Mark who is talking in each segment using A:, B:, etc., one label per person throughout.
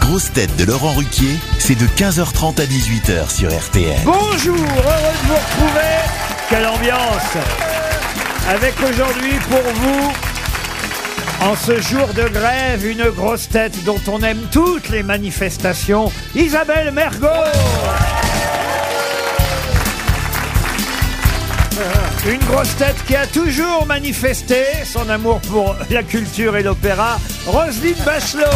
A: grosses têtes de Laurent Ruquier, c'est de 15h30 à 18h sur RTL.
B: Bonjour, heureux de vous retrouver. Quelle ambiance Avec aujourd'hui pour vous, en ce jour de grève, une grosse tête dont on aime toutes les manifestations, Isabelle Mergot. Une grosse tête qui a toujours manifesté son amour pour la culture et l'opéra, Roselyne Bachelot.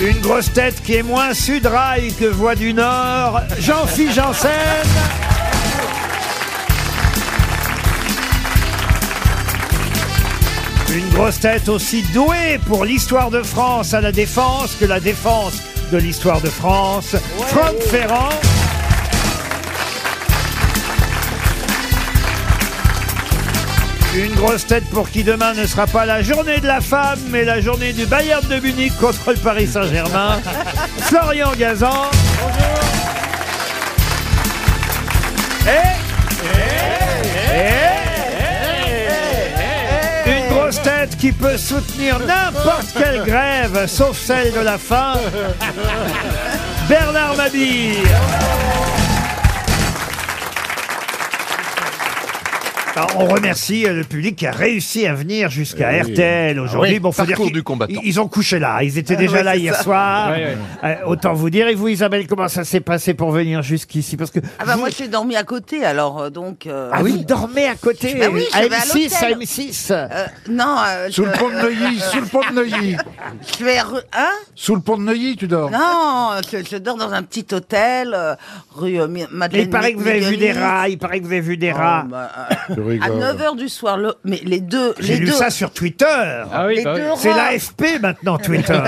B: Une grosse tête qui est moins sudrail que Voix du Nord, Jean-Philippe Janssen. Une grosse tête aussi douée pour l'histoire de France à la défense que la défense de l'histoire de France, Franck Ferrand. Une grosse tête pour qui demain ne sera pas la journée de la femme, mais la journée du Bayern de Munich contre le Paris Saint-Germain. Florian Gazan. Et... Et... Une grosse tête qui peut soutenir n'importe quelle grève, sauf celle de la faim. Bernard Mabille. Alors, on remercie euh, le public qui a réussi à venir jusqu'à RTL aujourd'hui.
C: oui,
B: bon, faut dire
C: parcours
B: qu'ils-
C: du combattant.
B: Ils ont couché là. Ils étaient déjà là hier soir. Euh, autant vous dire. Et vous, Isabelle, comment ça s'est passé pour venir jusqu'ici Parce que
D: Ah bah
B: vous,
D: moi j'ai dormi à côté alors euh, donc. euh,
B: ah, vous dormez à côté
D: Bah oui, je
B: à
D: vais à
B: M6, à
D: l'hôtel.
B: M6.
D: euh, non, euh,
E: Sous le
D: je,
E: pont de Neuilly, sous le pont de Neuilly.
D: je vais rue- hein
E: Sous le pont de Neuilly, tu dors.
D: Non, je, je dors dans un petit hôtel euh, rue euh, Mi-
B: Mais
D: Madeleine.
B: il paraît que vous avez vu des
D: Mignonnet.
B: rats. Il paraît que vous avez vu des
D: Oh,
B: rats.
D: bah,
E: Tu
D: euh, à
E: rigoles.
D: 9h du soir, le- mais les deux,
B: J'ai
D: les
B: lu
D: deux,
B: ça sur Twitter.
F: Ah oui,
D: les
F: bah oui.
D: deux rats.
B: C'est l'AFP maintenant,
D: Ah,
B: Twitter.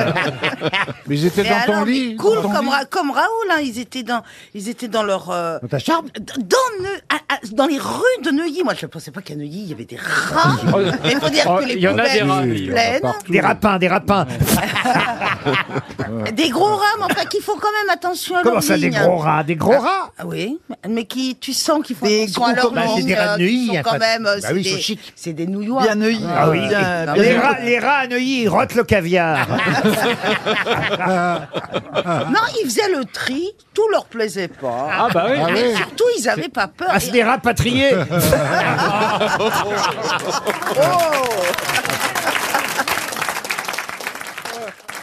E: Mais ils étaient
D: Mais
E: dans ton
D: alors, mais
E: lit.
D: cool
E: dans ton
D: comme,
E: lit.
D: Ra- comme Raoul, hein, ils étaient dans, ils étaient dans leur. euh,
E: Dans ta charme
D: d- dans, Neu- à- à- dans les rues de Neuilly. Moi, je ne pensais pas qu'à Neuilly, il y avait des rats. Mais il faut dire
F: Oh,
D: que les
F: il y en a des
D: poubelles
F: rats.
D: étaient pleines.
B: des rapins, des rapins.
D: Ah, Des gros rats, mais enfin, qui font quand même attention à
B: Comment
D: leur
B: ça, des
D: ligne. hein.
B: gros rats Des gros rats
D: Ah Oui, mais qui, tu sens qu'ils font
G: Des
D: attention
G: gros
D: à leur
G: comme- Bah, c'est
D: ligne,
G: des rats de
D: euh, qui
G: Neuilly,
D: sont
G: y a
D: quand
G: pas de-
D: même, euh,
G: Bah
D: c'est
G: oui, ils sont
D: des,
G: chics.
D: c'est des nouillois.
G: Bien Neuilly.
B: Ah oui.
G: Bien-
B: les,
G: bien-
B: rats, les rats à Neuilly, ils rotent le caviar.
D: Non, ils faisaient le tri, tout leur plaisait pas.
F: Ah bah oui.
D: mais surtout, ils avaient pas
G: Ah,
D: peur.
B: Ah, c'est des rapatriés.
D: Oh